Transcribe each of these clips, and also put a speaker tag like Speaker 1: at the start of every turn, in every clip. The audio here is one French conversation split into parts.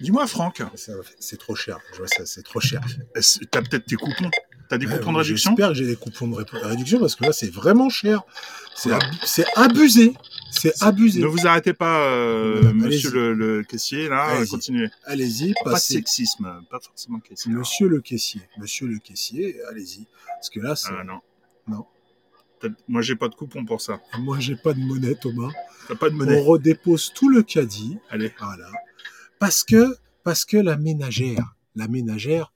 Speaker 1: Dis-moi, Franck,
Speaker 2: Ça, C'est trop cher. Je vois ça, c'est trop cher.
Speaker 1: est-ce- t'as peut-être tes coupons T'as des
Speaker 2: Ouais,
Speaker 1: coupons de
Speaker 2: ouais,
Speaker 1: réduction
Speaker 2: J'espère que j'ai des coupons de ré- réduction parce que là, c'est vraiment cher. C'est ab- c'est abusé. C'est abusé.
Speaker 1: Ne vous arrêtez pas, euh,
Speaker 2: Madame,
Speaker 1: monsieur
Speaker 2: allez-y.
Speaker 1: le, le caissier, là,
Speaker 2: Allez-y.
Speaker 1: continuez.
Speaker 2: Allez-y,
Speaker 1: Pas de
Speaker 2: passez.
Speaker 1: sexisme, pas forcément caissier.
Speaker 2: Monsieur le caissier. Monsieur le caissier, allez-y. Parce que là, c'est-
Speaker 1: Ah, non.
Speaker 2: Non.
Speaker 1: T'as- Moi, j'ai pas de coupon pour ça.
Speaker 2: moi, j'ai pas de monnaie, Thomas.
Speaker 1: T'as Ah. pas de
Speaker 2: On
Speaker 1: monnaie.
Speaker 2: redépose tout le caddie.
Speaker 1: Allez.
Speaker 2: Voilà. Parce que, parce que la ménagère, la ménagère,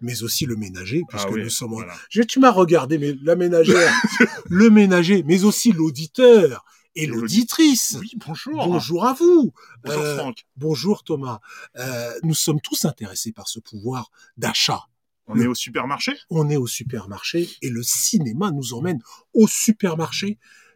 Speaker 2: mais aussi le ménager, puisque
Speaker 1: Ah oui,
Speaker 2: nous sommes. en-
Speaker 1: voilà.
Speaker 2: Je- tu m'as regardé, mais la ménagère, le ménager, mais aussi l'auditeur et
Speaker 1: Et l'audi-
Speaker 2: l'auditrice.
Speaker 1: Oui, bonjour.
Speaker 2: Bonjour à vous.
Speaker 1: Bonjour,
Speaker 2: Euh,
Speaker 1: Franck.
Speaker 2: bonjour Thomas. Euh, nous sommes tous intéressés par ce pouvoir d'achat.
Speaker 1: On
Speaker 2: le-
Speaker 1: est au supermarché
Speaker 2: On est au supermarché et le cinéma nous emmène au supermarché.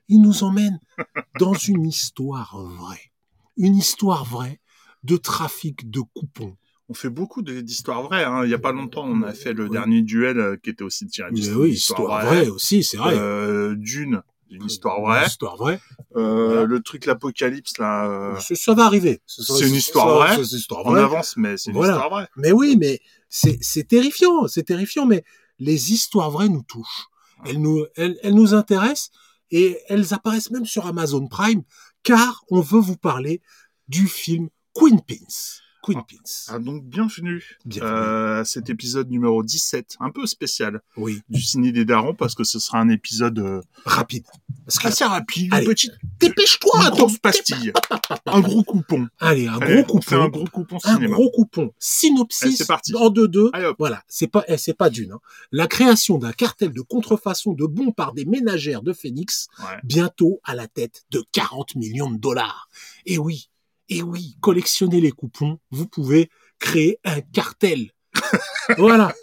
Speaker 2: Il nous emmène dans une histoire vraie. Une histoire vraie de trafic de coupons.
Speaker 1: On fait beaucoup de- d'histoires vraies. hein. Il y a pas longtemps, on a fait le
Speaker 2: Oui.
Speaker 1: dernier duel euh, qui était aussi tiré
Speaker 2: Mais
Speaker 1: d'une
Speaker 2: oui, histoire vraie aussi, c'est vrai.
Speaker 1: Euh, Dune, une histoire vraie.
Speaker 2: Histoire vraie.
Speaker 1: Euh,
Speaker 2: Voilà.
Speaker 1: Le truc l'apocalypse là. euh,
Speaker 2: Ça, ça va arriver. Ça, ça,
Speaker 1: c'est une
Speaker 2: ça,
Speaker 1: histoire
Speaker 2: ça,
Speaker 1: vraie.
Speaker 2: ça, c'est une histoire
Speaker 1: On
Speaker 2: vraie.
Speaker 1: avance, mais c'est une
Speaker 2: Voilà.
Speaker 1: histoire vraie.
Speaker 2: Mais oui, mais c'est c'est terrifiant, c'est terrifiant, mais les histoires vraies nous touchent. Elles nous, elles, elles nous intéressent et elles apparaissent même sur Amazon Prime, car on veut vous parler du film Queen Pins. Queen
Speaker 1: Ah.
Speaker 2: Pins.
Speaker 1: Ah, donc bienvenue,
Speaker 2: Bienvenue.
Speaker 1: euh, à cet épisode numéro 17, un peu spécial
Speaker 2: Oui,
Speaker 1: du ciné des darons parce que ce sera un épisode euh,
Speaker 2: rapide. Parce que
Speaker 1: assez rapide, une
Speaker 2: Allez.
Speaker 1: petite
Speaker 2: dépêche-toi,
Speaker 1: ah, une
Speaker 2: attends.
Speaker 1: grosse pastille, un gros coupon,
Speaker 2: Allez, un
Speaker 1: Allez,
Speaker 2: gros
Speaker 1: on fait un
Speaker 2: coupon.
Speaker 1: gros coupon
Speaker 2: un
Speaker 1: cinéma.
Speaker 2: gros coupon.
Speaker 1: Allez,
Speaker 2: Synopsis
Speaker 1: c'est parti.
Speaker 2: en deux deux.
Speaker 1: Allez, hop.
Speaker 2: Voilà, c'est pas eh, c'est pas d'une. hein. La création d'un cartel de contrefaçon de bons par des ménagères de Phoenix,
Speaker 1: Ouais.
Speaker 2: bientôt à la tête de 40 millions de dollars. Et oui, et oui, collectionnez les coupons, vous pouvez créer un cartel. voilà.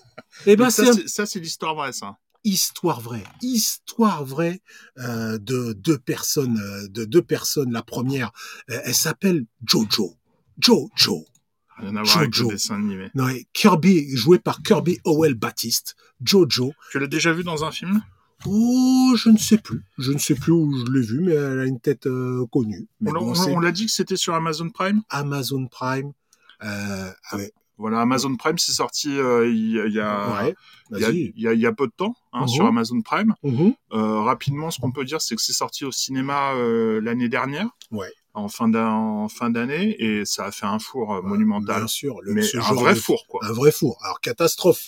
Speaker 2: Et ben
Speaker 1: Donc ça,
Speaker 2: c'est un-
Speaker 1: c'est- ça, c'est l'histoire vraie, ça.
Speaker 2: histoire vraie, histoire vraie euh, de deux personnes, euh, de deux personnes. La première, euh, elle s'appelle Jojo. Jojo.
Speaker 1: Rien à voir avec
Speaker 2: Jojo.
Speaker 1: le dessin animé.
Speaker 2: Non, et Kirby, joué par Kirby Howell Baptiste, Jojo.
Speaker 1: Tu l'as déjà vu dans un film
Speaker 2: Oh, je ne sais plus. Je ne sais plus où je l'ai vu, mais elle a une tête euh, connue. Mais
Speaker 1: On l'a-
Speaker 2: bon,
Speaker 1: on l'a-
Speaker 2: c'est
Speaker 1: on l'a dit que c'était sur Amazon Prime.
Speaker 2: Amazon Prime. Euh, ah ouais,
Speaker 1: Voilà, Amazon Prime, c'est sorti euh, il y, a-
Speaker 2: ouais,
Speaker 1: il y a-
Speaker 2: vas-y.
Speaker 1: il y a- il y a peu de temps hein,
Speaker 2: Mhm.
Speaker 1: sur Amazon Prime.
Speaker 2: Mhm.
Speaker 1: Euh, rapidement, ce qu'on peut dire, c'est que c'est sorti au cinéma euh, l'année dernière,
Speaker 2: Ouais.
Speaker 1: en fin d'a- en fin d'année, et ça a fait un four euh, monumental.
Speaker 2: Bien sûr, le,
Speaker 1: Mais
Speaker 2: ce
Speaker 1: un
Speaker 2: genre
Speaker 1: vrai
Speaker 2: de-
Speaker 1: four, quoi.
Speaker 2: Un vrai four. Alors, catastrophe.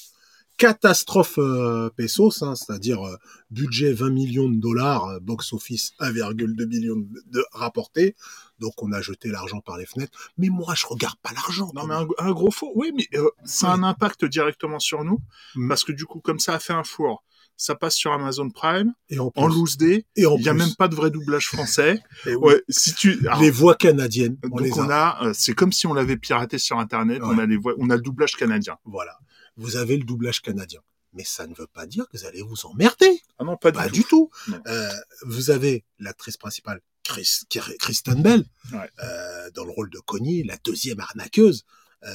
Speaker 2: Catastrophe euh, pesos, hein, c'est-à-dire euh, budget 20 millions de dollars, euh, box-office 1,2 million de, de rapportés. Donc, on a jeté l'argent par les fenêtres. Mais moi, je regarde pas l'argent.
Speaker 1: Non,
Speaker 2: quand
Speaker 1: mais un, un gros four, oui, mais euh, ça a un impact directement sur nous,
Speaker 2: Mm.
Speaker 1: parce que du coup, comme ça a fait un four, ça passe sur Amazon Prime,
Speaker 2: Et en,
Speaker 1: en
Speaker 2: plus-
Speaker 1: loose day,
Speaker 2: et en
Speaker 1: il n'y a
Speaker 2: plus,
Speaker 1: même pas de vrai doublage français.
Speaker 2: et oui,
Speaker 1: Ouais, si tu... alors,
Speaker 2: les voix canadiennes, on
Speaker 1: donc
Speaker 2: les a.
Speaker 1: on a, euh, c'est comme si on l'avait piraté sur Internet, on,
Speaker 2: Ouais.
Speaker 1: a les voix- on a le doublage canadien.
Speaker 2: Voilà. Vous avez le doublage canadien. Mais ça ne veut pas dire que vous allez vous emmerder.
Speaker 1: Ah non, pas du
Speaker 2: Pas
Speaker 1: tout.
Speaker 2: Bah, du tout.
Speaker 1: Non.
Speaker 2: Euh, vous avez l'actrice principale, Chris, Kir- Kristen Bell,
Speaker 1: Ouais.
Speaker 2: euh, dans le rôle de Connie, la deuxième arnaqueuse, euh,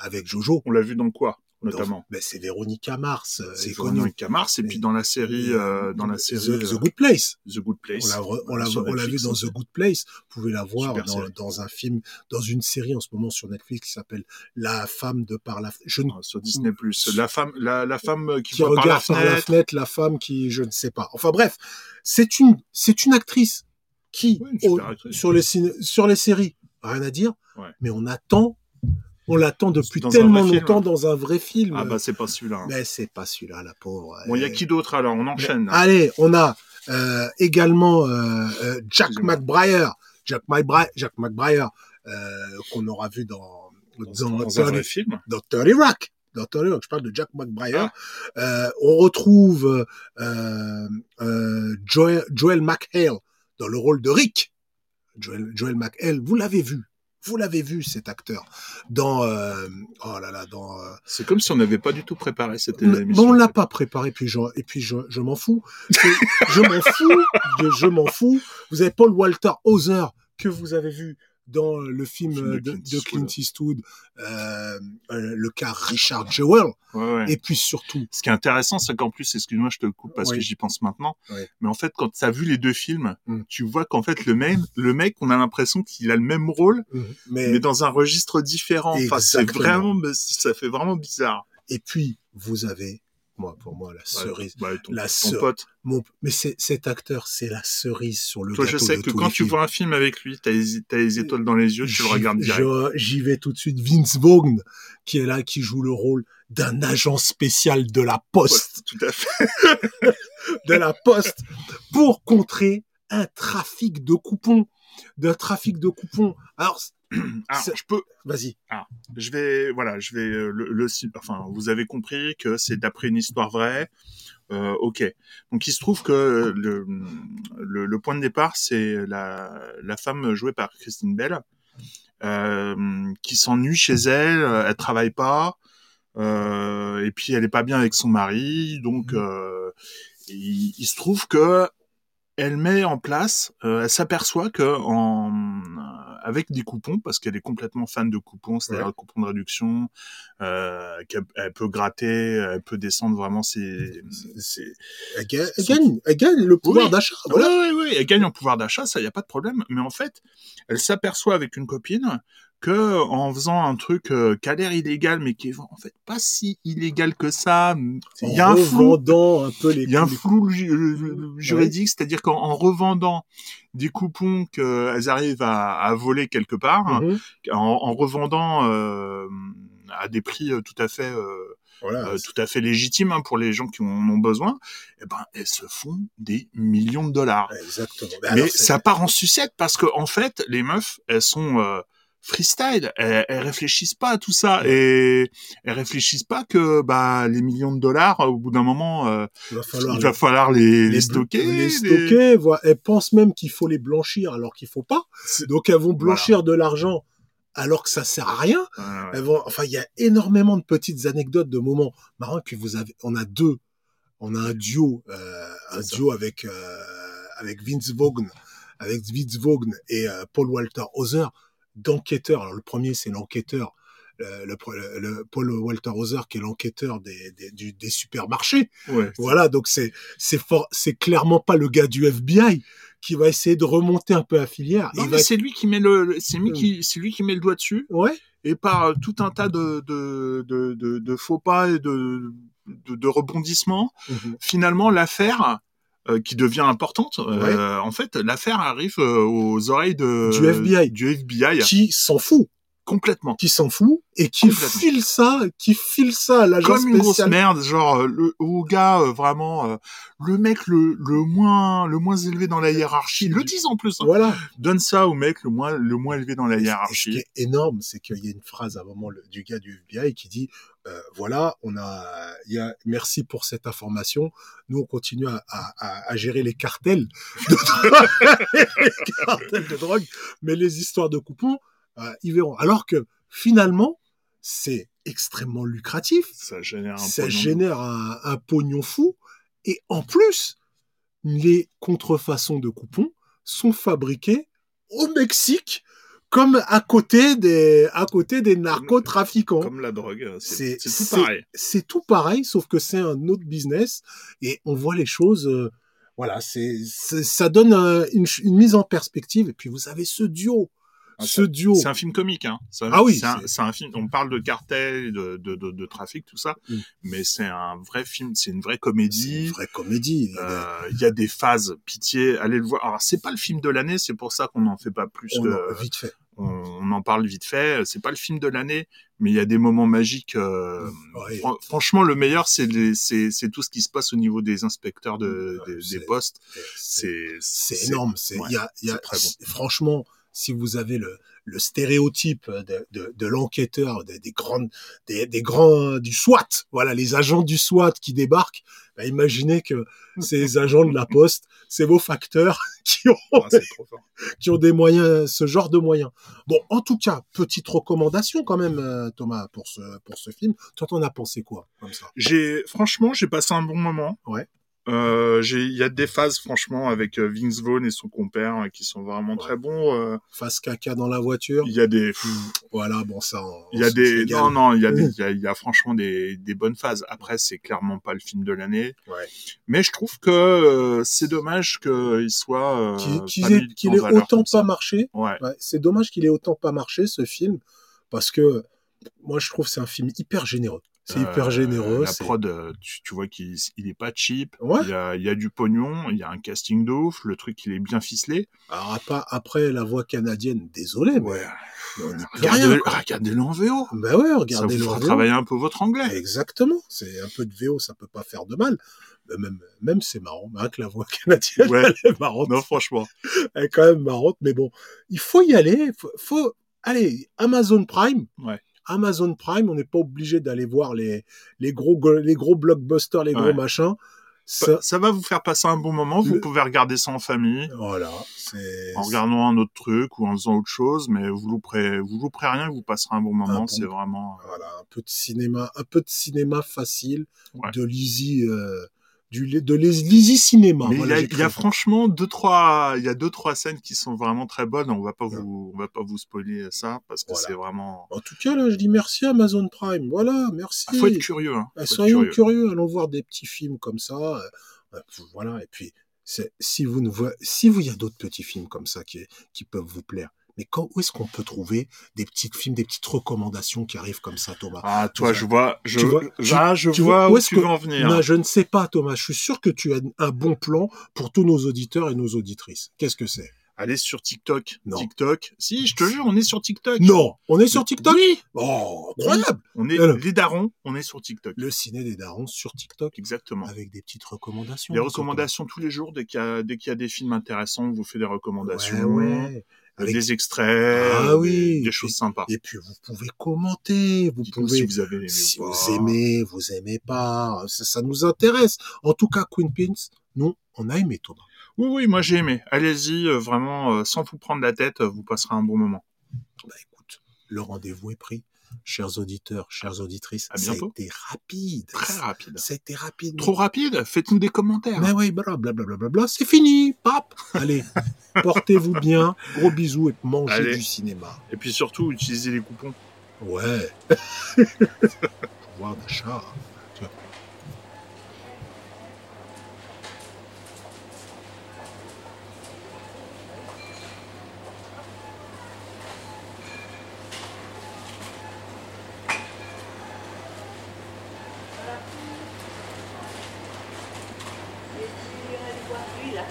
Speaker 2: avec Jojo.
Speaker 1: On l'a vu dans quoi,
Speaker 2: Dans-
Speaker 1: notamment
Speaker 2: ben, c'est Véronica Mars. euh,
Speaker 1: C'est
Speaker 2: C'est
Speaker 1: Conan
Speaker 2: connu.
Speaker 1: Camars, et puis dans la série, euh, dans la série
Speaker 2: The, The
Speaker 1: euh,
Speaker 2: Good Place.
Speaker 1: The Good Place.
Speaker 2: On l'a, re- on
Speaker 1: Voilà,
Speaker 2: l'a-
Speaker 1: sur
Speaker 2: on l'a vu
Speaker 1: Netflix.
Speaker 2: dans The Good Place. Vous pouvez la voir
Speaker 1: Super
Speaker 2: dans,
Speaker 1: série.
Speaker 2: dans un film, dans une série en ce moment sur Netflix qui s'appelle La femme de par la. Je ne
Speaker 1: Ah, sur Disney Plus. La femme, la, la femme euh, qui,
Speaker 2: Mm. qui
Speaker 1: voit par la
Speaker 2: regarde par la
Speaker 1: fenêtre.
Speaker 2: fenêtre la femme qui je ne sais pas. Enfin bref, c'est une c'est une actrice qui
Speaker 1: Ouais, une super
Speaker 2: au-
Speaker 1: actrice.
Speaker 2: sur les ciné- sur les séries, rien à dire,
Speaker 1: Ouais.
Speaker 2: mais on attend on l'attend depuis
Speaker 1: Dans un
Speaker 2: tellement
Speaker 1: vrai film.
Speaker 2: longtemps dans un vrai film.
Speaker 1: Ah bah c'est pas celui-là. hein.
Speaker 2: mais c'est pas celui-là la pauvre.
Speaker 1: Bon, il y a
Speaker 2: Euh,
Speaker 1: qui d'autre alors On
Speaker 2: mais- ah,
Speaker 1: enchaîne. hein. là.
Speaker 2: Allez, on a euh, également euh, euh, Jack
Speaker 1: Excusez-moi.
Speaker 2: McBrayer, Jack McBrayer, Jack McBrayer euh, qu'on aura vu dans
Speaker 1: Dans-
Speaker 2: dans
Speaker 1: dans un
Speaker 2: Tony-
Speaker 1: vrai film.
Speaker 2: dans Tony Rock. Dans Tony Rock, je parle de Jack McBrayer. Euh, on retrouve euh, euh, euh, Joel, Joel McHale dans le rôle de Rick. Joel, Joel McHale, vous l'avez vu. Vous l'avez vu, cet acteur. Dans... euh, oh là là, dans... euh,
Speaker 1: C'est comme si on n'avait pas du tout préparé cette
Speaker 2: mais- mais
Speaker 1: émission.
Speaker 2: on l'a pas préparé, puis je, et puis je, je m'en fous. Je, je m'en fous. Je, je m'en fous. Vous avez Paul Walter Hauser que vous avez vu dans le film, le film de, de, Clint, de Clint Eastwood, euh, le cas Richard Jewell.
Speaker 1: Ouais, ouais.
Speaker 2: Et puis surtout.
Speaker 1: Ce qui est intéressant, c'est qu'en plus, excuse-moi, je te coupe parce
Speaker 2: Oui.
Speaker 1: que j'y pense maintenant.
Speaker 2: Oui.
Speaker 1: Mais en fait, quand tu as vu les deux films,
Speaker 2: Mm.
Speaker 1: tu vois qu'en fait, le même, le mec, on a l'impression qu'il a le même rôle, Mhm. mais
Speaker 2: euh, Mais,
Speaker 1: dans un registre différent. Enfin, c'est
Speaker 2: Exactement.
Speaker 1: vraiment, ça fait vraiment bizarre.
Speaker 2: et puis, vous avez, moi, pour moi, la cerise.
Speaker 1: Bah, ton,
Speaker 2: La
Speaker 1: ton
Speaker 2: sœur.
Speaker 1: pote.
Speaker 2: Mon- mais c'est- cet acteur, c'est la cerise sur le
Speaker 1: Toi, je
Speaker 2: gâteau
Speaker 1: sais
Speaker 2: de
Speaker 1: que
Speaker 2: tous
Speaker 1: quand
Speaker 2: les
Speaker 1: tu
Speaker 2: films.
Speaker 1: vois un film avec lui, t'as les, t'as les étoiles dans les yeux, tu le
Speaker 2: J'y-
Speaker 1: regardes direct.
Speaker 2: je- J'y vais tout de suite. Vince Vaughn, qui est là, qui joue le rôle d'un agent spécial de la Poste,
Speaker 1: Tout à fait.
Speaker 2: de la Poste, pour contrer un trafic de coupons, d'un trafic de coupons. Alors, c-
Speaker 1: Ah,
Speaker 2: C'est-
Speaker 1: je peux,
Speaker 2: vas-y.
Speaker 1: je vais, voilà, je vais euh, le, le si- enfin, vous avez compris que c'est d'après une histoire vraie. Euh, ok. Donc il se trouve que euh, le, le, le point de départ, c'est la, la femme jouée par Christine Bell, euh, qui s'ennuie chez elle, elle travaille pas, euh, et puis elle est pas bien avec son mari, donc euh, il, il se trouve que elle met en place, euh, elle s'aperçoit que en euh, avec des coupons, parce qu'elle est complètement fan de coupons, c'est-à-dire
Speaker 2: Ouais.
Speaker 1: de coupons de réduction, euh, qu'elle elle peut gratter, euh, elle peut descendre vraiment ses, ses-
Speaker 2: Elle gagne, elle gagne, elle gagne le pouvoir
Speaker 1: Oui.
Speaker 2: d'achat.
Speaker 1: oui,
Speaker 2: Voilà.
Speaker 1: oui, oui, elle gagne en pouvoir d'achat, ça, il n'y a pas de problème. Mais en fait, elle s'aperçoit avec une copine que en faisant un truc euh, qui a l'air illégal, mais qui est en fait pas si illégal que ça, il y a
Speaker 2: en
Speaker 1: un flou.
Speaker 2: revendant un peu les
Speaker 1: Il y a un
Speaker 2: les-
Speaker 1: flou ju- euh, juridique, c'est-à-dire qu'en en revendant des coupons qu'elles arrivent à, à voler quelque part,
Speaker 2: Mhm.
Speaker 1: en, en revendant euh, à des prix euh, tout à fait euh,
Speaker 2: Voilà.
Speaker 1: euh, tout à fait légitimes hein, pour les gens qui en ont besoin, eh ben elles se font des millions de dollars.
Speaker 2: Exactement.
Speaker 1: Mais
Speaker 2: Ah, alors, c'est-
Speaker 1: ça part en sucette parce que en fait, les meufs, elles sont euh, freestyle, elles, elles réfléchissent pas à tout ça et elles réfléchissent pas que bah les millions de dollars euh, au bout d'un moment, euh,
Speaker 2: il va falloir
Speaker 1: il va falloir les, les,
Speaker 2: les
Speaker 1: stocker.
Speaker 2: Les
Speaker 1: les-
Speaker 2: stocker, voilà. Elles pensent même qu'il faut les blanchir alors qu'il faut pas.
Speaker 1: C'est-
Speaker 2: Donc elles vont blanchir de l'argent alors que ça sert à rien.
Speaker 1: Ouais, ouais.
Speaker 2: Elles vont, enfin, il y a énormément de petites anecdotes, de moments marrants que vous avez. On a deux. On a un duo, euh, un
Speaker 1: C'est ça.
Speaker 2: duo avec euh, avec Vince Vaughn, avec Vince Vaughn et euh, Paul Walter Hauser d'enquêteurs. Alors le premier, c'est l'enquêteur. euh, le, pre- le- le Paul Walter Hauser qui est l'enquêteur des, des, du- des supermarchés
Speaker 1: Ouais.
Speaker 2: voilà, donc c'est c'est fort, c'est clairement pas le gars du FBI qui va essayer de remonter un peu la filière.
Speaker 1: Non,
Speaker 2: Il
Speaker 1: mais
Speaker 2: va-
Speaker 1: c'est lui qui met le, le- c'est lui
Speaker 2: Mm.
Speaker 1: qui, c'est lui qui met le doigt dessus
Speaker 2: ouais,
Speaker 1: et par euh, tout un tas de de, de, de, de faux pas et de de, de rebondissements finalement l'affaire euh, qui devient importante. euh, En fait, l'affaire arrive euh, aux oreilles de,
Speaker 2: Du FBI.
Speaker 1: du FBI,
Speaker 2: qui s'en fout,
Speaker 1: complètement.
Speaker 2: qui s'en fout et qui
Speaker 1: Complètement.
Speaker 2: file ça, qui file ça à l'agent
Speaker 1: Comme une grosse
Speaker 2: spécial.
Speaker 1: merde, genre euh, le au gars euh, vraiment euh, le mec le, le moins le moins élevé dans la hiérarchie, le 10 en plus, hein.
Speaker 2: Voilà.
Speaker 1: donne ça au mec le moins le moins élevé dans la
Speaker 2: Et ce- et ce qui
Speaker 1: hiérarchie.
Speaker 2: est énorme, c'est qu'il y a une phrase à un moment le- du gars du FBI qui dit euh, voilà, on a, il y a, merci pour cette information. Nous, on continue à, à- à- à gérer les cartels de drogue, les cartels de drogue, mais les histoires de coupons, euh, ils verront. Alors que finalement, c'est extrêmement lucratif
Speaker 1: Ça génère un
Speaker 2: ça
Speaker 1: pognon de
Speaker 2: génère un, un pognon fou. Et en plus, les contrefaçons de coupons sont fabriquées au Mexique, comme à côté des, à côté des narcotrafiquants.
Speaker 1: Comme la drogue, euh, c'est
Speaker 2: C'est-
Speaker 1: c'est
Speaker 2: c'est-
Speaker 1: tout pareil.
Speaker 2: C'est tout pareil, sauf que c'est un autre business et on voit les choses. euh, voilà, c'est c'est- ça donne euh, une, ch- une mise en perspective. Et puis vous avez ce duo,
Speaker 1: Ah,
Speaker 2: ce duo.
Speaker 1: C'est un film comique, hein. C'est un-
Speaker 2: Oh. Ah oui,
Speaker 1: c'est un,
Speaker 2: c'est-
Speaker 1: c'est un film. On parle de cartel, de, de, de, de trafic, tout ça,
Speaker 2: Mm.
Speaker 1: mais c'est un vrai film, c'est une vraie
Speaker 2: C'est une
Speaker 1: comédie.
Speaker 2: vraie comédie.
Speaker 1: Euh, Il y a des phases, pitié, allez le voir. Alors c'est pas le film de l'année, c'est pour ça qu'on n'en fait pas plus.
Speaker 2: On
Speaker 1: que-
Speaker 2: en- vite fait.
Speaker 1: on, on en parle vite fait. C'est pas le film de l'année, mais il y a des moments magiques. euh,
Speaker 2: Ouais.
Speaker 1: fran- franchement, le meilleur, c'est les- c'est c'est tout ce qui se passe au niveau des inspecteurs de, des-
Speaker 2: C'est-
Speaker 1: des postes.
Speaker 2: C'est-
Speaker 1: C'est
Speaker 2: c'est énorme. C'est,
Speaker 1: ouais,
Speaker 2: il y a, il y a-
Speaker 1: c'est très bon.
Speaker 2: c'est- Franchement, si vous avez le, le stéréotype de, de, de l'enquêteur, des, des grandes, des, des grands euh, du SWAT, voilà, les agents du SWAT qui débarquent, bah, imaginez que ces agents de la poste, c'est vos facteurs qui ont,
Speaker 1: Ah, c'est trop fort.
Speaker 2: qui ont des moyens, ce genre de moyens. Bon, en tout cas, petite recommandation quand même, euh, Thomas, pour ce, pour ce film. Toi, t'en as pensé quoi comme ça
Speaker 1: J'ai franchement, j'ai passé un bon moment.
Speaker 2: Ouais.
Speaker 1: Euh, j'ai- Il y a des phases, franchement, avec euh, Vince Vaughn et son compère hein, qui sont vraiment très bons. euh,
Speaker 2: Fasse caca dans la voiture.
Speaker 1: Il y a des, pff,
Speaker 2: Voilà, bon, ça. on-
Speaker 1: il y a
Speaker 2: on se
Speaker 1: des,
Speaker 2: régale.
Speaker 1: non non, il y a,
Speaker 2: Mmh.
Speaker 1: des, il y a, il y a franchement des, des bonnes phases. Après, c'est clairement pas le film de l'année.
Speaker 2: Ouais.
Speaker 1: Mais je trouve que euh, c'est dommage qu'il soit euh,
Speaker 2: Qui- qui
Speaker 1: pas
Speaker 2: est-
Speaker 1: mis
Speaker 2: Qu'il
Speaker 1: en
Speaker 2: ait
Speaker 1: valeur
Speaker 2: autant
Speaker 1: comme ça.
Speaker 2: pas marché.
Speaker 1: Ouais.
Speaker 2: Ouais, c'est dommage qu'il ait autant pas marché ce film parce que moi je trouve que c'est un film hyper généreux. C'est hyper
Speaker 1: Euh,
Speaker 2: généreux.
Speaker 1: La
Speaker 2: c'est-
Speaker 1: prod, euh, tu, tu vois qu'il il est pas cheap.
Speaker 2: Ouais.
Speaker 1: Il y a, il y a du pognon, il y a un casting de ouf, le truc il est bien ficelé.
Speaker 2: Alors après, après la voix canadienne, désolé, mais on n'y peut
Speaker 1: Regardez-
Speaker 2: rien.
Speaker 1: Regardez-le en VO.
Speaker 2: Ben ouais,
Speaker 1: Ça
Speaker 2: regardez
Speaker 1: vous
Speaker 2: le
Speaker 1: fera
Speaker 2: VO.
Speaker 1: travailler un peu votre anglais.
Speaker 2: Exactement. C'est un peu de VO, ça peut pas faire de mal. Mais Même, même c'est marrant, hein, que la voix canadienne
Speaker 1: Ouais.
Speaker 2: elle est marrante.
Speaker 1: Non, franchement.
Speaker 2: Elle est quand même marrante, mais bon, il faut y aller. Faut, faut- allez, Amazon Prime.
Speaker 1: Ouais.
Speaker 2: Amazon Prime, on n'est pas obligé d'aller voir les, les gros go- les gros blockbusters, les
Speaker 1: Ouais.
Speaker 2: gros machins.
Speaker 1: Ça,
Speaker 2: Ça,
Speaker 1: Bah, ça va vous faire passer un bon moment. Vous
Speaker 2: Le-
Speaker 1: pouvez regarder ça en famille,
Speaker 2: voilà, c'est
Speaker 1: en regardant un autre truc ou en faisant autre chose, mais vous louperez, vous louperez rien. Vous passerez un bon moment.
Speaker 2: Ah bon-
Speaker 1: C'est vraiment. euh,
Speaker 2: voilà, un peu de cinéma, un peu de cinéma facile,
Speaker 1: Ouais.
Speaker 2: de l'easy euh, du de l'easy l'easy cinéma.
Speaker 1: Mais
Speaker 2: voilà,
Speaker 1: il y a,
Speaker 2: Bah,
Speaker 1: il
Speaker 2: j'ai
Speaker 1: y
Speaker 2: cru.
Speaker 1: a franchement deux trois, il y a deux trois scènes qui sont vraiment très bonnes. On va pas
Speaker 2: Ouais.
Speaker 1: vous, on va pas vous spoiler ça parce que
Speaker 2: Ah. Voilà.
Speaker 1: c'est vraiment.
Speaker 2: En tout cas, là, je dis merci Amazon Prime. Voilà, merci.
Speaker 1: Ah, faut être curieux. Hein.
Speaker 2: Ah,
Speaker 1: Faut être
Speaker 2: soyons
Speaker 1: curieux.
Speaker 2: curieux. allons voir des petits films comme ça. euh, euh, voilà, et puis c'est- si vous ne voyez, si vous il y a d'autres petits films comme ça qui, qui peuvent vous plaire. Mais quand, où est-ce qu'on peut trouver des petits films, des petites recommandations qui arrivent comme ça, Thomas
Speaker 1: Ah, toi,
Speaker 2: Ça-
Speaker 1: je vois, je,
Speaker 2: tu vois-
Speaker 1: je- ah, je
Speaker 2: tu
Speaker 1: vois
Speaker 2: vois-
Speaker 1: où,
Speaker 2: où est-ce
Speaker 1: tu
Speaker 2: que-
Speaker 1: veux en venir.
Speaker 2: Non, je ne sais pas, Thomas. Je suis sûr que tu as un bon plan pour tous nos auditeurs et nos auditrices. Qu'est-ce que c'est
Speaker 1: Allez sur TikTok.
Speaker 2: Non.
Speaker 1: TikTok. Si, je te jure, on est sur TikTok.
Speaker 2: Non, on est sur TikTok.
Speaker 1: Oui.
Speaker 2: Oh, incroyable
Speaker 1: On est
Speaker 2: Alors.
Speaker 1: les darons, on est sur TikTok.
Speaker 2: Le ciné des darons sur TikTok
Speaker 1: Exactement.
Speaker 2: avec des petites recommandations.
Speaker 1: Des
Speaker 2: mon copain.
Speaker 1: recommandations tous les jours dès qu'il y a dès qu'il y a des films intéressants, on vous fait des recommandations,
Speaker 2: Ouais, ouais.
Speaker 1: euh,
Speaker 2: Avec-
Speaker 1: des extraits,
Speaker 2: Ah
Speaker 1: euh,
Speaker 2: oui.
Speaker 1: des, des choses sympas.
Speaker 2: Et puis vous pouvez commenter, vous
Speaker 1: Dites-nous si
Speaker 2: pouvez
Speaker 1: vous avez aimé
Speaker 2: si
Speaker 1: ou pas.
Speaker 2: vous aimez, vous aimez pas, ça, ça nous intéresse. En tout cas, Queen Pins, nous, on a aimé Thomas.
Speaker 1: Oui, oui, moi j'ai aimé. Allez-y, euh, vraiment, euh, sans vous prendre la tête, euh, vous passerez un bon moment.
Speaker 2: Bah écoute, le rendez-vous est pris. Chers auditeurs, chères auditrices,
Speaker 1: À
Speaker 2: ça a
Speaker 1: bientôt.
Speaker 2: été rapide.
Speaker 1: Très rapide.
Speaker 2: Ça a été rapide.
Speaker 1: Trop rapide Faites-nous des commentaires.
Speaker 2: Mais oui, blablabla, c'est fini. Pap. Allez, portez-vous bien. Gros bisous et mangez
Speaker 1: Allez.
Speaker 2: du cinéma.
Speaker 1: Et puis surtout, utilisez les coupons.
Speaker 2: Ouais. Pouvoir d'achat.
Speaker 3: Et puis, on allait voir lui, là.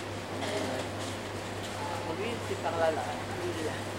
Speaker 3: Lui, c'est par là, là. Lui, là.